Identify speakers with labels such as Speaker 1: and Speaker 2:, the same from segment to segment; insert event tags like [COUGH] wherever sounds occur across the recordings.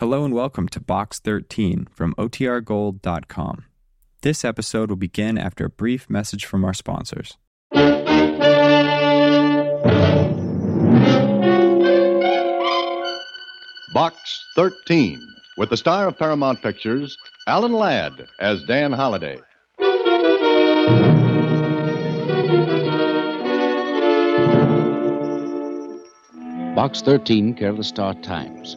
Speaker 1: Hello and welcome to Box 13 from OTRGold.com. This episode will begin after a brief message from our sponsors.
Speaker 2: Box 13, with the star of Paramount Pictures, Alan Ladd, as Dan Holliday.
Speaker 3: Box 13, Careless Star Times.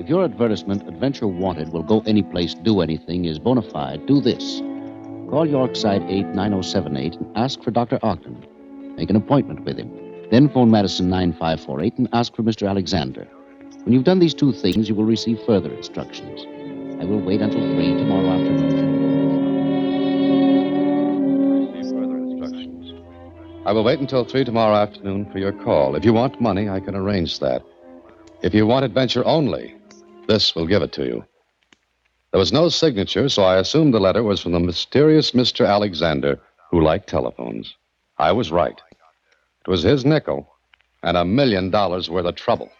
Speaker 3: If your advertisement, Adventure Wanted, will go anyplace, do anything, is bona fide, do this. Call Yorkside 89078 and ask for Dr. Ogden. Make an appointment with him. Then phone Madison 9548 and ask for Mr. Alexander. When you've done these two things, you will receive further instructions. I will wait until 3 tomorrow afternoon.
Speaker 4: further instructions. I will wait until 3 tomorrow afternoon for your call. If you want money, I can arrange that. If you want adventure only, this will give it to you. There was no signature, so I assumed the letter was from the mysterious Mr. Alexander who liked telephones. I was right. It was his nickel and a million dollars worth of trouble.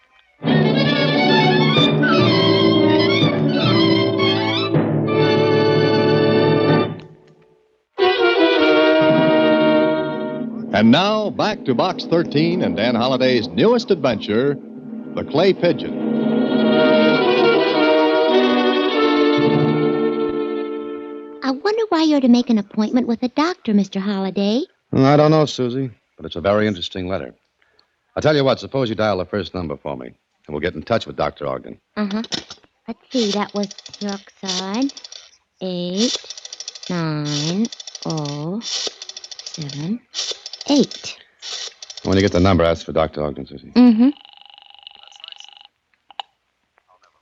Speaker 2: And now, back to Box 13 and Dan Holliday's newest adventure, The Clay Pigeon.
Speaker 5: I wonder why you're to make an appointment with a doctor, Mr. Holliday.
Speaker 4: Hmm, I don't know, Susie, but it's a very interesting letter. I'll tell you what, suppose you dial the first number for me, and we'll get in touch with Dr. Ogden.
Speaker 5: Uh huh. Let's see, that was Brookside. Eight, nine, oh, seven, eight.
Speaker 4: When you get the number, ask for Dr. Ogden, Susie.
Speaker 5: Mm hmm.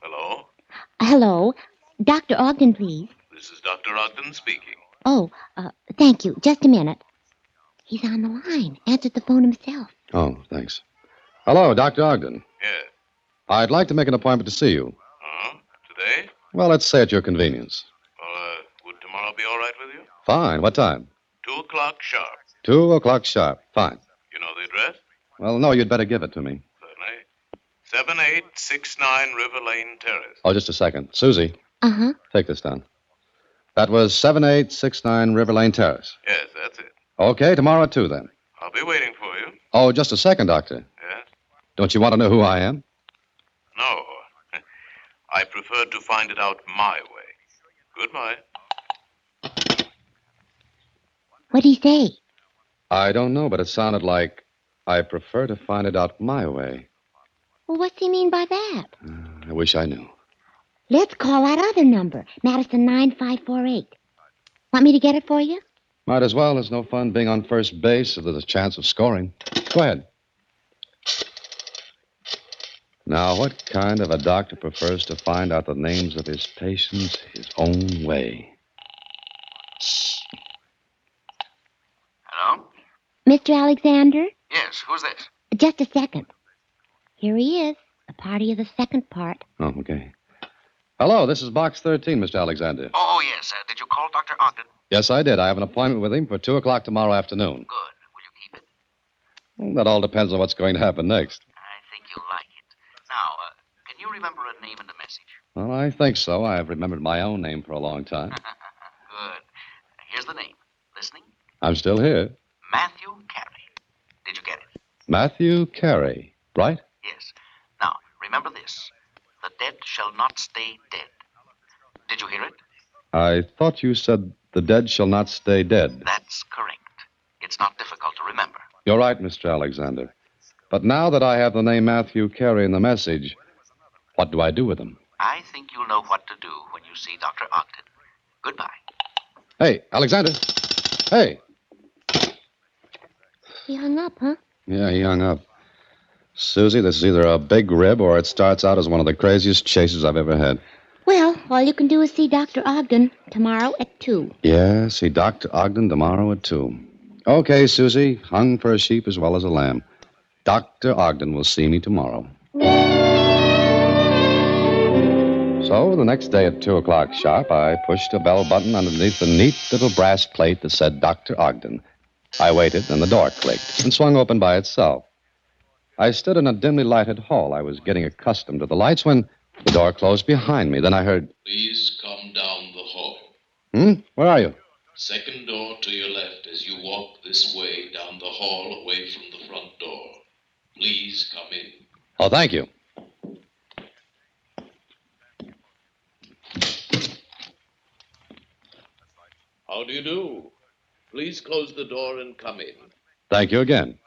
Speaker 6: Hello,
Speaker 5: Hello. Dr. Ogden, please.
Speaker 6: this is Dr. Ogden speaking.
Speaker 5: Oh, uh, thank you. Just a minute. He's on the line. Answered the phone himself.
Speaker 4: Oh, thanks. Hello, Dr. Ogden.
Speaker 6: Yeah.
Speaker 4: I'd like to make an appointment to see you.
Speaker 6: Huh? Today?
Speaker 4: Well, let's say at your convenience.
Speaker 6: Well, uh, would tomorrow be all right with you?
Speaker 4: Fine. What time?
Speaker 6: Two o'clock sharp.
Speaker 4: Two o'clock sharp. Fine.
Speaker 6: You know the address?
Speaker 4: Well, no, you'd better give it to me.
Speaker 6: Certainly. 7869 River Lane Terrace.
Speaker 4: Oh, just a second. Susie,
Speaker 5: Uh huh.
Speaker 4: take this down. That was 7869 River Lane Terrace.
Speaker 6: Yes, that's it.
Speaker 4: Okay, tomorrow at two then.
Speaker 6: I'll be waiting for you.
Speaker 4: Oh, just a second, Doctor.
Speaker 6: Yes?
Speaker 4: Don't you want to know who I am?
Speaker 6: No. [LAUGHS] I preferred to find it out my way. Goodbye.
Speaker 5: What'd he say?
Speaker 4: I don't know, but it sounded like I prefer to find it out my way.
Speaker 5: Well, what's he mean by that?
Speaker 4: I wish I knew.
Speaker 5: Let's call that other number, Madison 9548. Want me to get it for you?
Speaker 4: Might as well. There's no fun being on first base if there's a chance of scoring. Go ahead. Now, what kind of a doctor prefers to find out the names of his patients his own way?
Speaker 6: Hello?
Speaker 5: Mr. Alexander?
Speaker 6: Yes, who's this?
Speaker 5: Just a second. Here he is, the party of the second part.
Speaker 4: Oh, okay. Hello, this is Box 13, Mr. Alexander.
Speaker 6: Oh, yes. Uh, did you call Dr. Ogden?
Speaker 4: Yes, I did. I have an appointment with him for 2 o'clock tomorrow afternoon.
Speaker 6: Good. Will you keep it?
Speaker 4: Well, That all depends on what's going to happen next.
Speaker 6: I think you'll like it. Now, uh, can you remember a name and a message?
Speaker 4: Well, I think so. I have remembered my own name for a long time.
Speaker 6: Good. Here's the name. Listening?
Speaker 4: I'm still here.
Speaker 6: Matthew Carey. Did you get it?
Speaker 4: Matthew Carey, right?
Speaker 6: Yes. Now, remember this. The dead shall not stay dead. Did you hear it?
Speaker 4: I thought you said the dead shall not stay dead.
Speaker 6: That's correct. It's not difficult to remember.
Speaker 4: You're right, Mr. Alexander. But now that I have the name Matthew Carey in the message, what do I do with him?
Speaker 6: I think you'll know what to do when you see Dr. Ogden. Goodbye.
Speaker 4: Hey, Alexander. Hey.
Speaker 5: He hung up, huh?
Speaker 4: Yeah, he hung up. Susie, this is either a big rib or it starts out as one of the craziest chases I've ever had.
Speaker 5: Well, all you can do is see Dr. Ogden tomorrow at 2.
Speaker 4: Yeah, see Dr. Ogden tomorrow at 2. Okay, Susie, hung for a sheep as well as a lamb. Dr. Ogden will see me tomorrow. So, the next day at 2 o'clock sharp, I pushed a bell button underneath the neat little brass plate that said Dr. Ogden. I waited, and the door clicked and swung open by itself. I stood in a dimly lighted hall. I was getting accustomed to the lights when The door closed behind me. Then I heard.
Speaker 6: Please come down the hall.
Speaker 4: Hmm? Where are you?
Speaker 6: Second door to your left as you walk this way down the hall away from the front door. Please come in.
Speaker 4: Oh, thank you.
Speaker 6: How do you do? Please close the door and come in.
Speaker 4: Thank you again.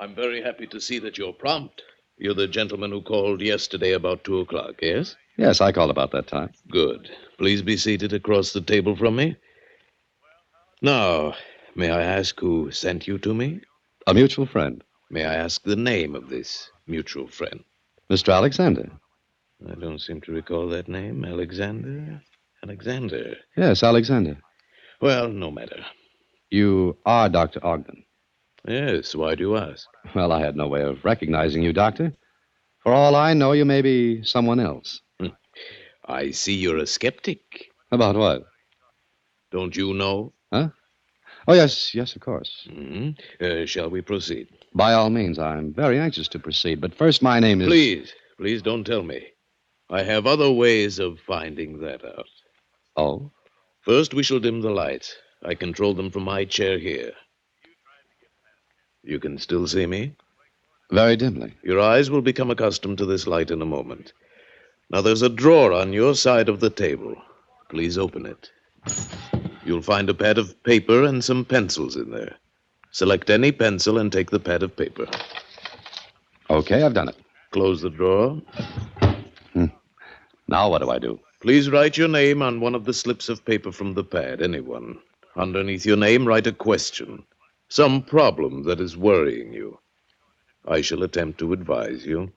Speaker 6: I'm very happy to see that you're prompt. You're the gentleman who called yesterday about two o'clock, yes?
Speaker 4: Yes, I called about that time.
Speaker 6: Good. Please be seated across the table from me. Now, may I ask who sent you to me?
Speaker 4: A mutual friend,
Speaker 6: May I ask the name of this mutual friend?
Speaker 4: Mr. Alexander.
Speaker 6: I don't seem to recall that name. Alexander? Alexander.
Speaker 4: Yes, Alexander.
Speaker 6: Well, no matter.
Speaker 4: You are Dr. Ogden.
Speaker 6: Yes, why do you ask?
Speaker 4: Well, I had no way of recognizing you, Doctor. For all I know, you may be someone else.
Speaker 6: I see you're a skeptic.
Speaker 4: About what?
Speaker 6: Don't you know?
Speaker 4: Oh, yes, yes, of course.
Speaker 6: hmm Uh, shall we proceed?
Speaker 4: By all means, I'm very anxious to proceed, but first, my name is.
Speaker 6: Please, please don't tell me. I have other ways of finding that out.
Speaker 4: Oh,
Speaker 6: First, we shall dim the lights. I control them from my chair here. You can still see me?
Speaker 4: very dimly.
Speaker 6: Your eyes will become accustomed to this light in a moment. Now, there's a drawer on your side of the table. Please open it. You'll find a pad of paper and some pencils in there. Select any pencil and take the pad of paper.
Speaker 4: Okay, I've done it.
Speaker 6: Close the drawer.
Speaker 4: Now, what do I do?
Speaker 6: Please write your name on one of the slips of paper from the pad, anyone. Underneath your name, write a question, some problem that is worrying you. I shall attempt to advise you.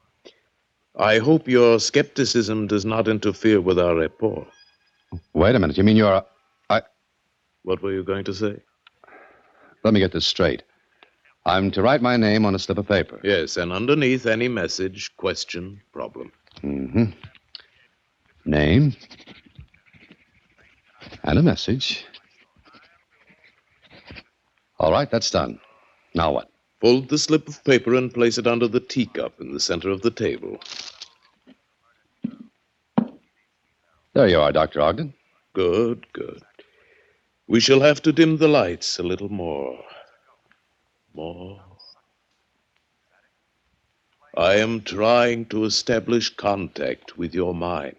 Speaker 6: I hope your skepticism does not interfere with our rapport.
Speaker 4: Wait a minute. You mean you're. A...
Speaker 6: What were you going to say?
Speaker 4: Let me get this straight. I'm to write my name on a slip of paper.
Speaker 6: Yes, and underneath any message, question, problem.
Speaker 4: Mm-hmm. Name. And a message. All right, that's done. Now what?
Speaker 6: Fold the slip of paper and place it under the teacup in the center of the table.
Speaker 4: There you are, Dr. Ogden.
Speaker 6: Good, good. We shall have to dim the lights a little more. More. I am trying to establish contact with your mind.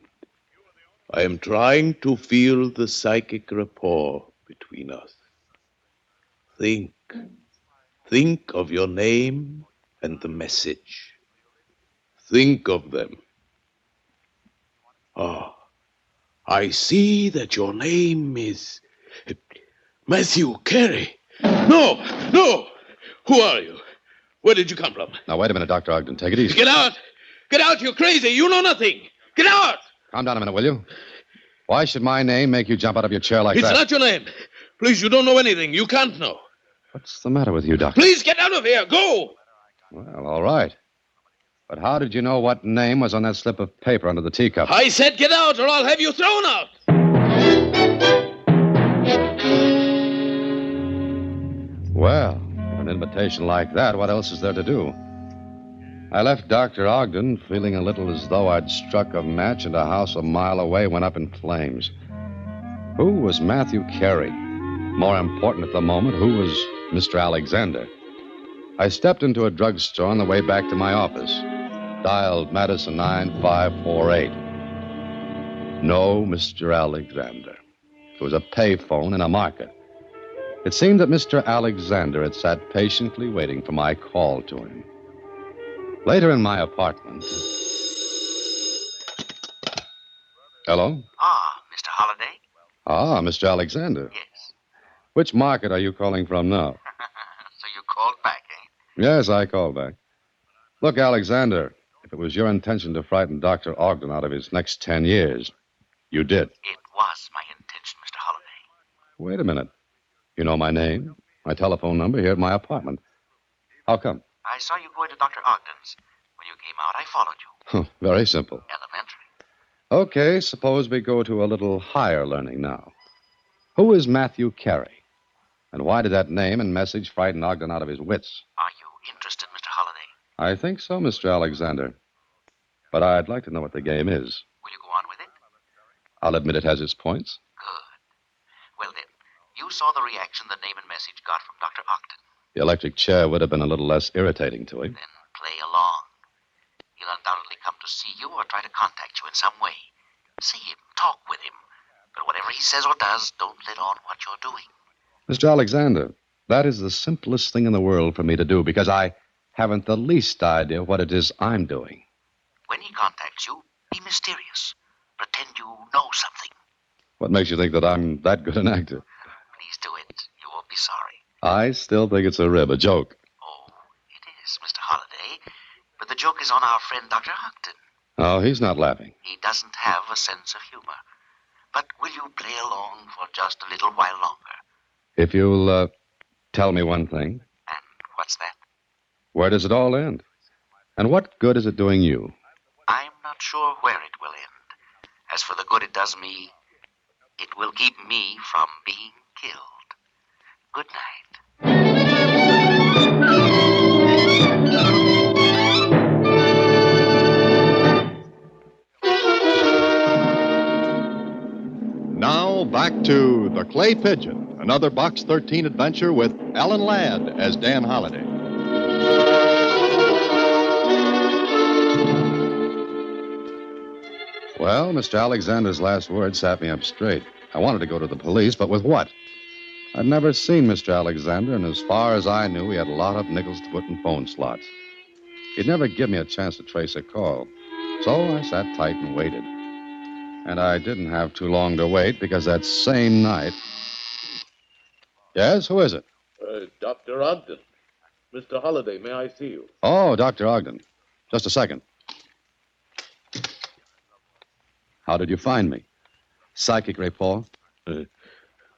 Speaker 6: I am trying to feel the psychic rapport between us. Think. Think of your name and the message. Think of them. Ah. I see that your name is Matthew Carey. No, no! Who are you? Where did you come from?
Speaker 4: Now, wait a minute, Dr. Ogden. Take it easy.
Speaker 6: Get out! Get out! You're crazy! You know nothing! Get out!
Speaker 4: Calm down a minute, will you? Why should my name make you jump out of your chair like
Speaker 6: it's
Speaker 4: that?
Speaker 6: not your name. Please, you don't know anything. You can't know.
Speaker 4: What's the matter with you, Doctor?
Speaker 6: Please get out of here. Go!
Speaker 4: Well, all right. But how did you know what name was on that slip of paper under the teacup?
Speaker 6: I said get out, or I'll have you thrown out.
Speaker 4: Well, with an invitation like that, what else is there to do? I left Dr. Ogden feeling a little as though I'd struck a match and a house a mile away went up in flames. Who was Matthew Carey? More important at the moment, who was Mr. Alexander? I stepped into a drugstore on the way back to my office, dialed Madison 9548. No, Mr. Alexander. It was a payphone in a market. It seemed that Mr. Alexander had sat patiently waiting for my call to him. Later in my apartment. Hello?
Speaker 7: Ah, Mr. Holliday?
Speaker 4: Ah, Mr. Alexander.
Speaker 7: Yes.
Speaker 4: Which market are you calling from now?
Speaker 7: [LAUGHS] So you called back, eh?
Speaker 4: Yes, I called back. Look, Alexander, if it was your intention to frighten Dr. Ogden out of his next ten years, you did.
Speaker 7: It was my intention, Mr. Holliday.
Speaker 4: Wait a minute. You know my name, my telephone number here at my apartment. How come?
Speaker 7: I saw you going to Dr. Ogden's. When you came out, I followed you.
Speaker 4: Very simple.
Speaker 7: Elementary.
Speaker 4: Okay, suppose we go to a little higher learning now. Who is Matthew Carey? And why did that name and message frighten Ogden out of his wits?
Speaker 7: Are you interested, Mr. Holliday?
Speaker 4: I think so, Mr. Alexander. But I'd like to know what the game is.
Speaker 7: Will you go on with it?
Speaker 4: I'll admit it has its points.
Speaker 7: Good. Well, then, you saw the reaction the name and message got from Dr. Ogden.
Speaker 4: The electric chair would have been a little less irritating to him.
Speaker 7: Then play along. He'll undoubtedly come to see you or try to contact you in some way. See him, talk with him. But whatever he says or does, don't let on what you're doing.
Speaker 4: Mr. Alexander, that is the simplest thing in the world for me to do because I haven't the least idea what it is I'm doing.
Speaker 7: When he contacts you, be mysterious. Pretend you know something.
Speaker 4: What makes you think that I'm that good an actor?
Speaker 7: Please do it. You won't be sorry.
Speaker 4: I still think it's a rib, a joke.
Speaker 7: Oh, it is, Mr. Holliday. But the joke is on our friend Dr. Ogden.
Speaker 4: Oh, he's not laughing.
Speaker 7: He doesn't have a sense of humor. But will you play along for just a little while longer?
Speaker 4: If you'll uh, tell me one thing,
Speaker 7: And what's that?
Speaker 4: where does it all end? And what good is it doing you?
Speaker 7: I'm not sure where it will end. As for the good it does me, it will keep me from being killed. Good night.
Speaker 2: Now back to The Clay Pigeon, another Box 13 adventure with Alan Ladd as Dan Holliday.
Speaker 4: Well, Mr. Alexander's last words sat me up straight. I wanted to go to the police, but with what? I'd never seen Mr. Alexander, and as far as I knew, he had a lot of nickels to put in phone slots. He'd never give me a chance to trace a call. So I sat tight and waited. And I didn't have too long to wait because that same night. Yes, who is it?
Speaker 6: Uh, Dr. Ogden. Mr. Holliday, may I see you?
Speaker 4: Oh, Dr. Ogden. Just a second. How did you find me? Psychic rapport?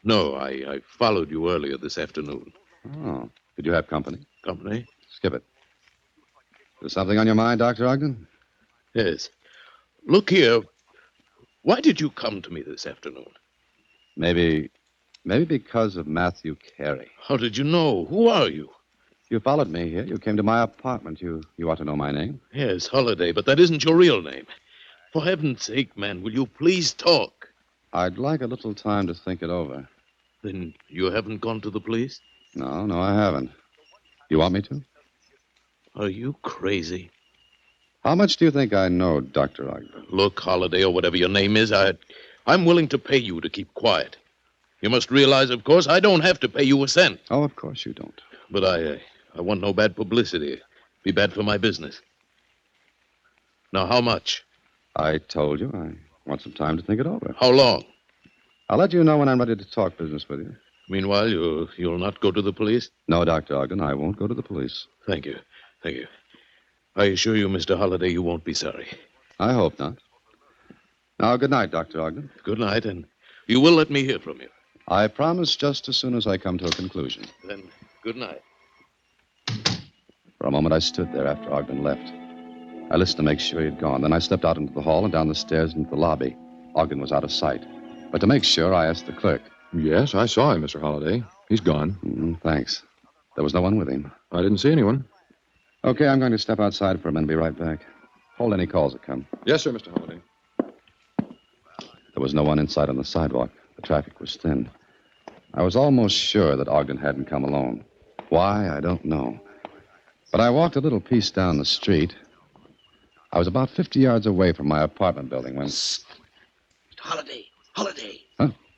Speaker 6: No, I, I followed you earlier this afternoon.
Speaker 4: Oh, did you have company?
Speaker 6: Company?
Speaker 4: Skip it. There's something on your mind, Dr. Ogden?
Speaker 6: Yes. Look here. Why did you come to me this afternoon?
Speaker 4: Maybe. Maybe because of Matthew Carey.
Speaker 6: How did you know? Who are you?
Speaker 4: You followed me here. You came to my apartment. You you ought to know my name.
Speaker 6: Yes, Holiday, but that isn't your real name. For heaven's sake, man, will you please talk?
Speaker 4: I'd like a little time to think it over.
Speaker 6: Then you haven't gone to the police?
Speaker 4: No, no, I haven't. You want me to?
Speaker 6: Are you crazy?
Speaker 4: How much do you think I know, Dr. Ogden?
Speaker 6: Look, Holiday, or whatever your name is, I, I'm willing to pay you to keep quiet. You must realize, of course, I don't have to pay you a cent.
Speaker 4: Oh, of course you don't.
Speaker 6: But I, uh, I want no bad publicity. Be bad for my business. Now, how much?
Speaker 4: I told you I want some time to think it over.
Speaker 6: How long?
Speaker 4: I'll let you know when I'm ready to talk business with you.
Speaker 6: Meanwhile, you, you'll not go to the police?
Speaker 4: No, Dr. Ogden, I won't go to the police.
Speaker 6: Thank you. Thank you. I assure you, Mr. Holliday, you won't be sorry.
Speaker 4: I hope not. Now, good night, Dr. Ogden.
Speaker 6: Good night, and you will let me hear from you.
Speaker 4: I promise just as soon as I come to a conclusion.
Speaker 6: Then, good night.
Speaker 4: For a moment, I stood there after Ogden left. I listened to make sure he had gone. Then I stepped out into the hall and down the stairs into the lobby. Ogden was out of sight. But to make sure, I asked the clerk.
Speaker 8: Yes, I saw him, Mr. Holliday. He's gone.
Speaker 4: Mm, thanks. There was no one with him.
Speaker 8: I didn't see anyone.
Speaker 4: Okay, I'm going to step outside for a minute and be right back. Hold any calls that come.
Speaker 8: Yes, sir, Mr. Holliday.
Speaker 4: There was no one inside on the sidewalk. The traffic was thin. I was almost sure that Ogden hadn't come alone. Why, I don't know. But I walked a little piece down the street. I was about 50 yards away from my apartment building when.
Speaker 7: Mr. Holliday, Holliday,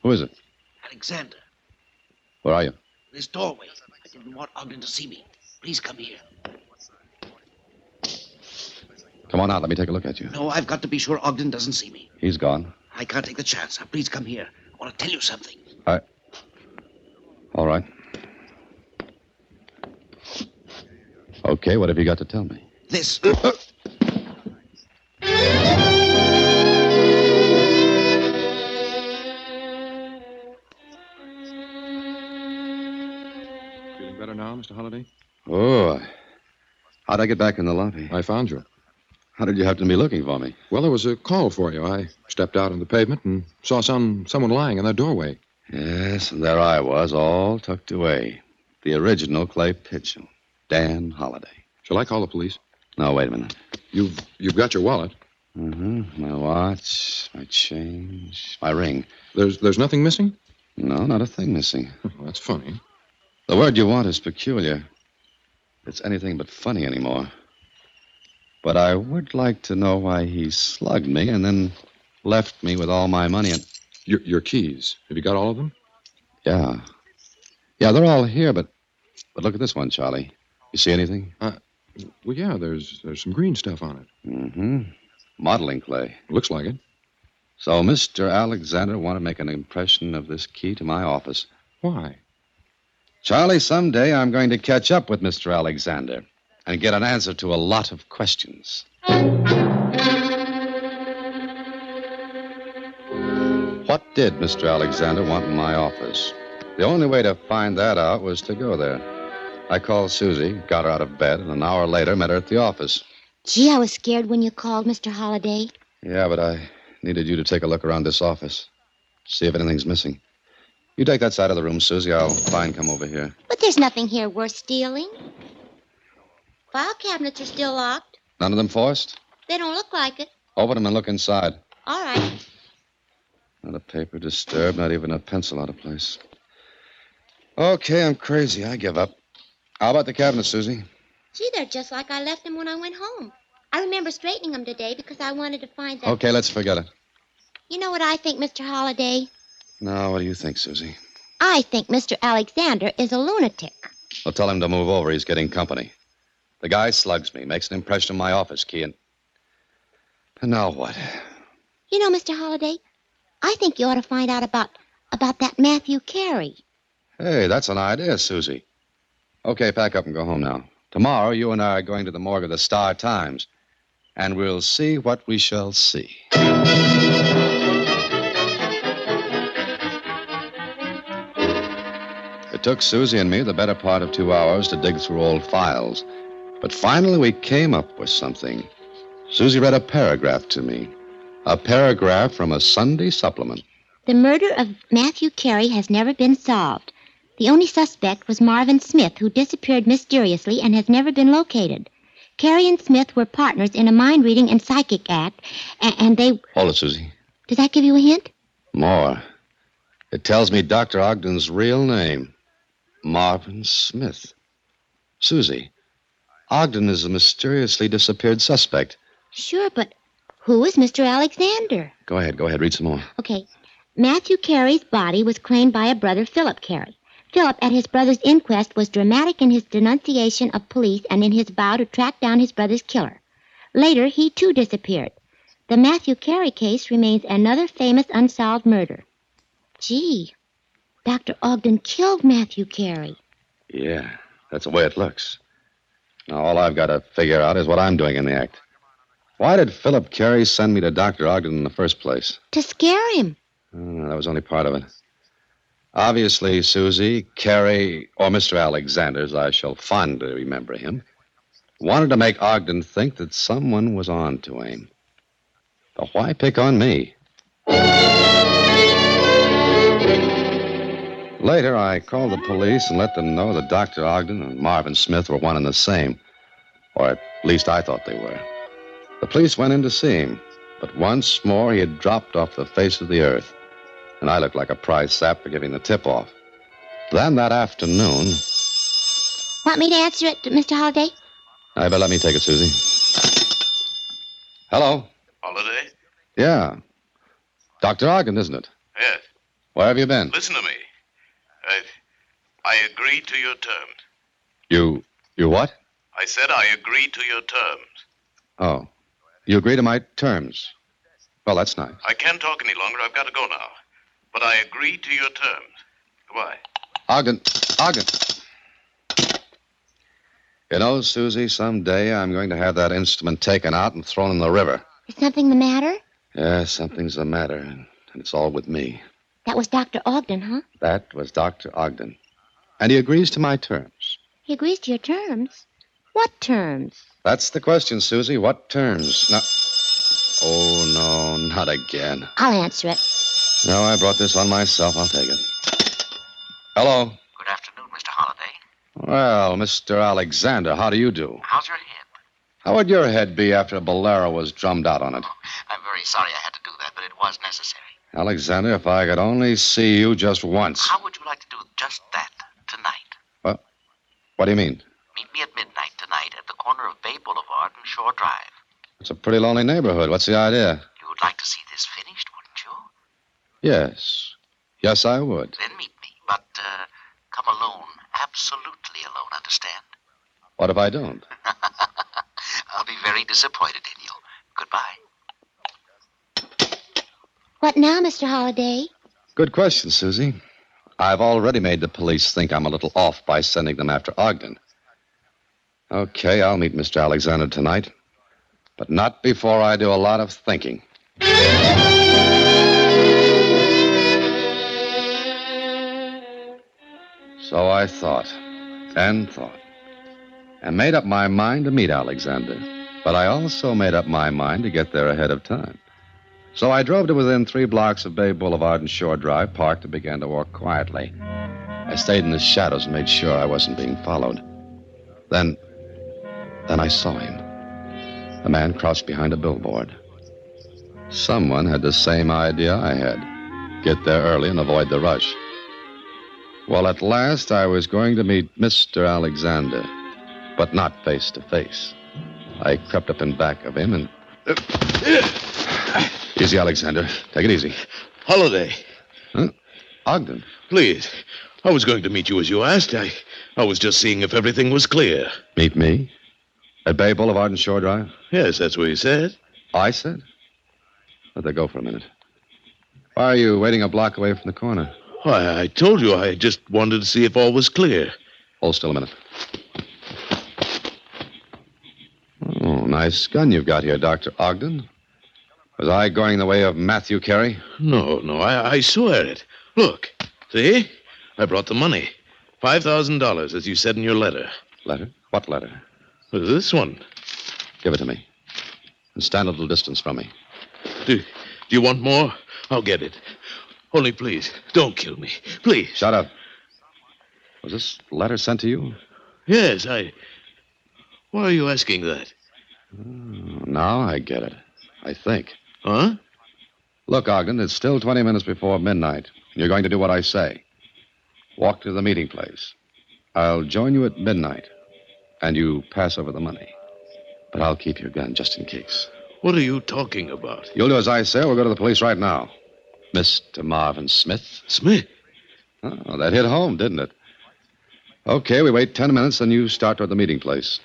Speaker 4: Who is it?
Speaker 7: Alexander,
Speaker 4: Where are you?
Speaker 7: this doorway. I didn't want Ogden to see me. Please come here.
Speaker 4: Come on out. Let me take a look at you.
Speaker 7: No, I've got to be sure Ogden doesn't see me.
Speaker 4: He's gone.
Speaker 7: I can't take the chance. Now, please come here. I want to tell you something.
Speaker 4: All right. Okay, what have you got to tell me?
Speaker 7: This.
Speaker 8: Feeling better now, Mr. Holliday?
Speaker 4: Oh, how'd I get back in the lobby?
Speaker 8: I found you.
Speaker 4: How did you happen to be looking for me?
Speaker 8: Well, there was a call for you. I stepped out on the pavement and saw some someone lying in that doorway.
Speaker 4: Yes, and there I was, all tucked away. The original clay pigeon, Dan Holliday.
Speaker 8: Shall I call the police?
Speaker 4: Now, wait a minute.
Speaker 8: You've you've got your wallet.
Speaker 4: Mm-hmm. My watch, my change, my ring.
Speaker 8: There's there's nothing missing? [LAUGHS]
Speaker 4: No, not a thing missing.
Speaker 8: Well, that's funny.
Speaker 4: The word you want is peculiar. It's anything but funny anymore. But I would like to know why he slugged me and then left me with all my money and.
Speaker 8: Your your keys. Have you got all of them?
Speaker 4: Yeah. Yeah, they're all here, but. But look at this one, Charlie. You see anything?
Speaker 8: Well, yeah, there's there's some green stuff on it.
Speaker 4: Mm hmm. Modeling clay.
Speaker 8: Looks like it.
Speaker 4: So Mr. Alexander wanted to make an impression of this key to my office.
Speaker 8: Why?
Speaker 4: Charlie, someday I'm going to catch up with Mr. Alexander and get an answer to a lot of questions. What did Mr. Alexander want in my office? The only way to find that out was to go there. I called Susie, got her out of bed, and an hour later met her at the office.
Speaker 5: Gee, I was scared when you called, Mr. Holliday.
Speaker 4: Yeah, but I needed you to take a look around this office, see if anything's missing. You take that side of the room, Susie. I'll find come over here.
Speaker 5: But there's nothing here worth stealing. File cabinets are still locked.
Speaker 4: None of them forced?
Speaker 5: They don't look like it.
Speaker 4: Open them and look inside.
Speaker 5: All right.
Speaker 4: Not a paper disturbed, not even a pencil out of place. Okay, I'm crazy. I give up. How about the cabinet, Susie?
Speaker 5: Gee, they're just like I left them when I went home. I remember straightening them today because I wanted to find them.
Speaker 4: Okay, let's forget it.
Speaker 5: You know what I think, Mr. Holliday?
Speaker 4: Now, what do you think, Susie?
Speaker 5: I think Mr. Alexander is a lunatic.
Speaker 4: Well, tell him to move over. He's getting company. The guy slugs me, makes an impression of my office key, and. And now what?
Speaker 5: You know, Mr. Holliday, I think you ought to find out about about that Matthew Carey.
Speaker 4: Hey, that's an idea, Susie. Okay, pack up and go home now. Tomorrow, you and I are going to the morgue of the Star Times, and we'll see what we shall see. It took Susie and me the better part of two hours to dig through old files, but finally we came up with something. Susie read a paragraph to me, a paragraph from a Sunday supplement.
Speaker 5: The murder of Matthew Carey has never been solved. The only suspect was Marvin Smith, who disappeared mysteriously and has never been located. Carey and Smith were partners in a mind reading and psychic act, and, and they.
Speaker 4: Hold it, Susie.
Speaker 5: Does that give you a hint?
Speaker 4: More. It tells me Dr. Ogden's real name Marvin Smith. Susie, Ogden is a mysteriously disappeared suspect.
Speaker 5: Sure, but who is Mr. Alexander?
Speaker 4: Go ahead, go ahead, read some more.
Speaker 5: Okay. Matthew Carey's body was claimed by a brother, Philip Carey. Philip, at his brother's inquest, was dramatic in his denunciation of police and in his vow to track down his brother's killer. Later, he too disappeared. The Matthew Carey case remains another famous unsolved murder. Gee, Dr. Ogden killed Matthew Carey.
Speaker 4: Yeah, that's the way it looks. Now, all I've got to figure out is what I'm doing in the act. Why did Philip Carey send me to Dr. Ogden in the first place?
Speaker 5: To scare him.
Speaker 4: Uh, that was only part of it. Obviously, Susie, Carey, or Mr. Alexander, as I shall fondly remember him, wanted to make Ogden think that someone was on to him. But why pick on me? Later, I called the police and let them know that Dr. Ogden and Marvin Smith were one and the same. Or at least I thought they were. The police went in to see him, but once more he had dropped off the face of the earth, and I looked like a prize sap for giving the tip off. Then that afternoon.
Speaker 5: Want me to answer it, Mr. Holliday?
Speaker 4: I bet let me take it, Susie. Hello?
Speaker 9: Holiday?
Speaker 4: Yeah. Dr. Ogden, isn't it?
Speaker 9: Yes.
Speaker 4: Where have you been?
Speaker 9: Listen to me. I, I agree to your terms.
Speaker 4: You. You what?
Speaker 9: I said I agree to your terms.
Speaker 4: Oh. You agree to my terms. Well, that's nice.
Speaker 9: I can't talk any longer. I've got to go now. But I agree to your terms. Goodbye.
Speaker 4: Ogden. Ogden. You know, Susie, someday I'm going to have that instrument taken out and thrown in the river.
Speaker 5: Is something the matter?
Speaker 4: Yeah, something's the matter, and it's all with me.
Speaker 5: That was Dr. Ogden, huh?
Speaker 4: That was Dr. Ogden. And he agrees to my terms.
Speaker 5: He agrees to your terms. What terms?
Speaker 4: That's the question, Susie. What terms? No. Oh, no, not again.
Speaker 5: I'll answer it.
Speaker 4: No, I brought this on myself. I'll take it. Hello.
Speaker 7: Good afternoon, Mr. Holliday.
Speaker 4: Well, Mr. Alexander, how do you do?
Speaker 7: How's your head?
Speaker 4: How would your head be after a bolero was drummed out on it?
Speaker 7: had to do that, but it was necessary.
Speaker 4: Alexander, if I could only see you just once.
Speaker 7: How would you like to do just that tonight?
Speaker 4: What do you mean?
Speaker 7: Meet me at midnight tonight at the corner of Bay Boulevard and Shore Drive.
Speaker 4: It's a pretty lonely neighborhood. What's the idea?
Speaker 7: You would like to see this finished, wouldn't you?
Speaker 4: Yes. Yes, I would.
Speaker 7: Then meet me, but uh, come alone, absolutely alone, understand?
Speaker 4: What if I don't?
Speaker 7: I'll be very disappointed in you. Goodbye.
Speaker 5: What now, Mr. Holliday?
Speaker 4: Good question, Susie. I've already made the police think I'm a little off by sending them after Ogden. Okay, I'll meet Mr. Alexander tonight, but not before I do a lot of thinking. So I thought and thought and made up my mind to meet Alexander, but I also made up my mind to get there ahead of time. So I drove to within three blocks of Bay Boulevard and Shore Drive, parked, and began to walk quietly. I stayed in the shadows and made sure I wasn't being followed. Then. Then I saw him. The man crouched behind a billboard. Someone had the same idea I had get there early and avoid the rush. Well, at last I was going to meet Mr. Alexander, but not face to face. I crept up in back of him and. Easy, Alexander. Take it easy.
Speaker 9: Holiday,
Speaker 4: Ogden.
Speaker 9: please. I was going to meet you as you asked. I, I was just seeing if everything was clear.
Speaker 4: Meet me? At Bay Boulevard and Shore Drive?
Speaker 9: Yes, that's what he said.
Speaker 4: I said? Let that go for a minute. Why are you waiting a block away from the corner?
Speaker 9: Why, I told you I just wanted to see if all was clear.
Speaker 4: Hold still a minute. Oh, nice gun you've got here, Dr. Ogden. Was I going the way of Matthew Carey?
Speaker 9: No, no, I, I swear it. Look, see? I brought the money. $5,000, as you said in your letter.
Speaker 4: Letter? What letter?
Speaker 9: This one.
Speaker 4: Give it to me. And stand a little distance from me.
Speaker 9: Do, do you want more? I'll get it. Only please, don't kill me. Please.
Speaker 4: Shut up. Was this letter sent to you?
Speaker 9: Yes, I. Why are you asking that?
Speaker 4: Now I get it. I think.
Speaker 9: Huh?
Speaker 4: Look, Ogden, it's still 20 minutes before midnight. You're going to do what I say. Walk to the meeting place. I'll join you at midnight, and you pass over the money. But I'll keep your gun just in case.
Speaker 9: What are you talking about?
Speaker 4: You'll do as I say, or we'll go to the police right now. Mr. Marvin Smith.
Speaker 9: Smith?
Speaker 4: Oh, that hit home, didn't it? Okay, we wait 10 minutes, and you start toward the meeting place.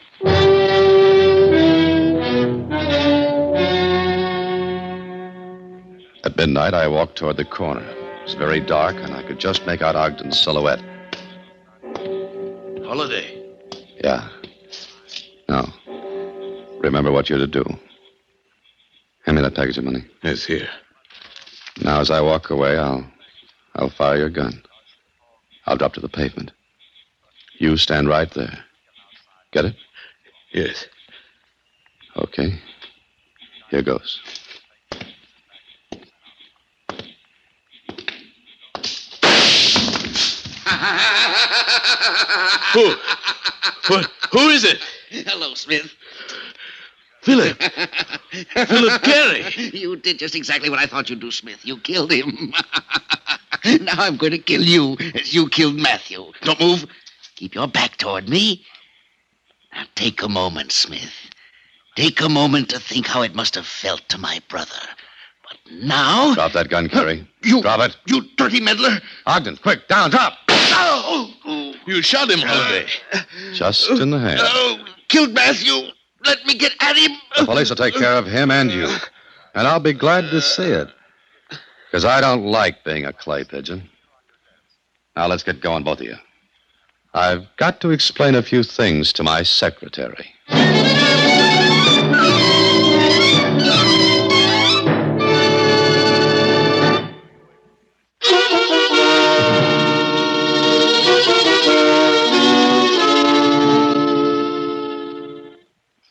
Speaker 4: At midnight, I walked toward the corner. It was very dark, and I could just make out Ogden's silhouette.
Speaker 9: Holiday.
Speaker 4: Yeah. Now, remember what you're to do. Hand me that package of money.
Speaker 9: Yes, here.
Speaker 4: Now, as I walk away, I'll, I'll fire your gun. I'll drop to the pavement. You stand right there. Get it?
Speaker 9: Yes.
Speaker 4: Okay. Here goes.
Speaker 9: Who? What? Who is it?
Speaker 7: [LAUGHS] Hello, Smith. [LAUGHS]
Speaker 9: Philip. Philip Carey.
Speaker 7: You did just exactly what I thought you'd do, Smith. You killed him. [LAUGHS] now I'm going to kill you as you killed Matthew. Don't move. Keep your back toward me. Now take a moment, Smith. Take a moment to think how it must have felt to my brother. But now.
Speaker 4: Drop that gun, Carey.
Speaker 7: You.
Speaker 4: Drop it.
Speaker 7: You dirty meddler.
Speaker 4: Ogden, quick, down, drop.
Speaker 7: Oh, oh,
Speaker 9: You shot him, Holiday.
Speaker 4: Just in the hand.
Speaker 7: oh, killed Matthew. Let me get at him.
Speaker 4: The police will take care of him and you. And I'll be glad to see it. Because I don't like being a clay pigeon. Now let's get going, both of you. I've got to explain a few things to my secretary.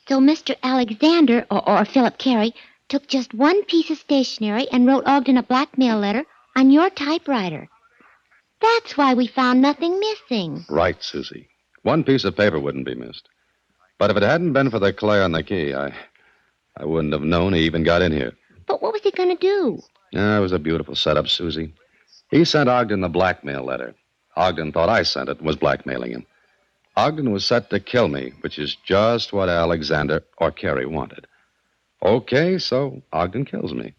Speaker 5: So Mr. Alexander, or, or Philip Carey, took just one piece of stationery and wrote Ogden a blackmail letter on your typewriter. That's why we found nothing missing.
Speaker 4: Right, Susie. One piece of paper wouldn't be missed. But if it hadn't been for the clay on the key, I, I wouldn't have known he even got in here.
Speaker 5: But what was he going to do?
Speaker 4: Yeah, it was a beautiful setup, Susie. He sent Ogden the blackmail letter. Ogden thought I sent it and was blackmailing him. Ogden was set to kill me, which is just what Alexander or Carrie wanted. Okay, so Ogden kills me.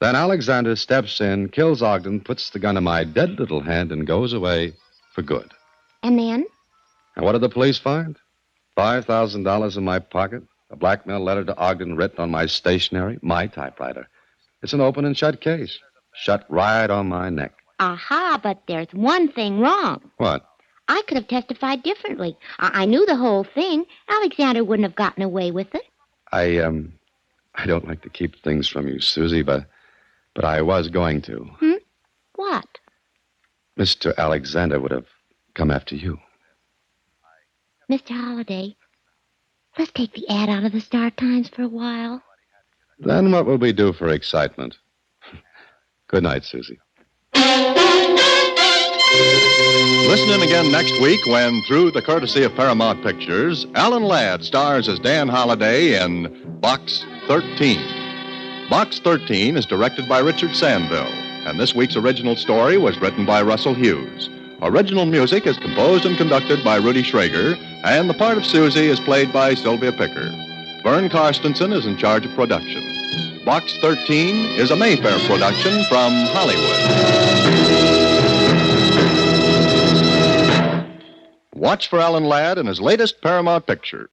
Speaker 4: Then Alexander steps in, kills Ogden, puts the gun in my dead little hand, and goes away for good.
Speaker 5: And then?
Speaker 4: And what did the police find? $5,000 in my pocket, a blackmail letter to Ogden written on my stationery, my typewriter. It's an open and shut case, shut right on my neck.
Speaker 5: Aha, but there's one thing wrong.
Speaker 4: What?
Speaker 5: I could have testified differently. I, I knew the whole thing. Alexander wouldn't have gotten away with it.
Speaker 4: I, um, I don't like to keep things from you, Susie, but, but I was going to.
Speaker 5: What?
Speaker 4: Mr. Alexander would have come after you.
Speaker 5: Mr. Holliday, let's take the ad out of the Star Times for a while.
Speaker 4: Then what will we do for excitement? [LAUGHS] Good night, Susie.
Speaker 2: Listen in again next week when, through the courtesy of Paramount Pictures, Alan Ladd stars as Dan Holliday in Box 13. Box 13 is directed by Richard Sandville, and this week's original story was written by Russell Hughes. Original music is composed and conducted by Rudy Schrager, and the part of Susie is played by Sylvia Picker. Vern Carstensen is in charge of production. Box 13 is a Mayfair production from Hollywood. Watch for Alan Ladd in his latest Paramount picture.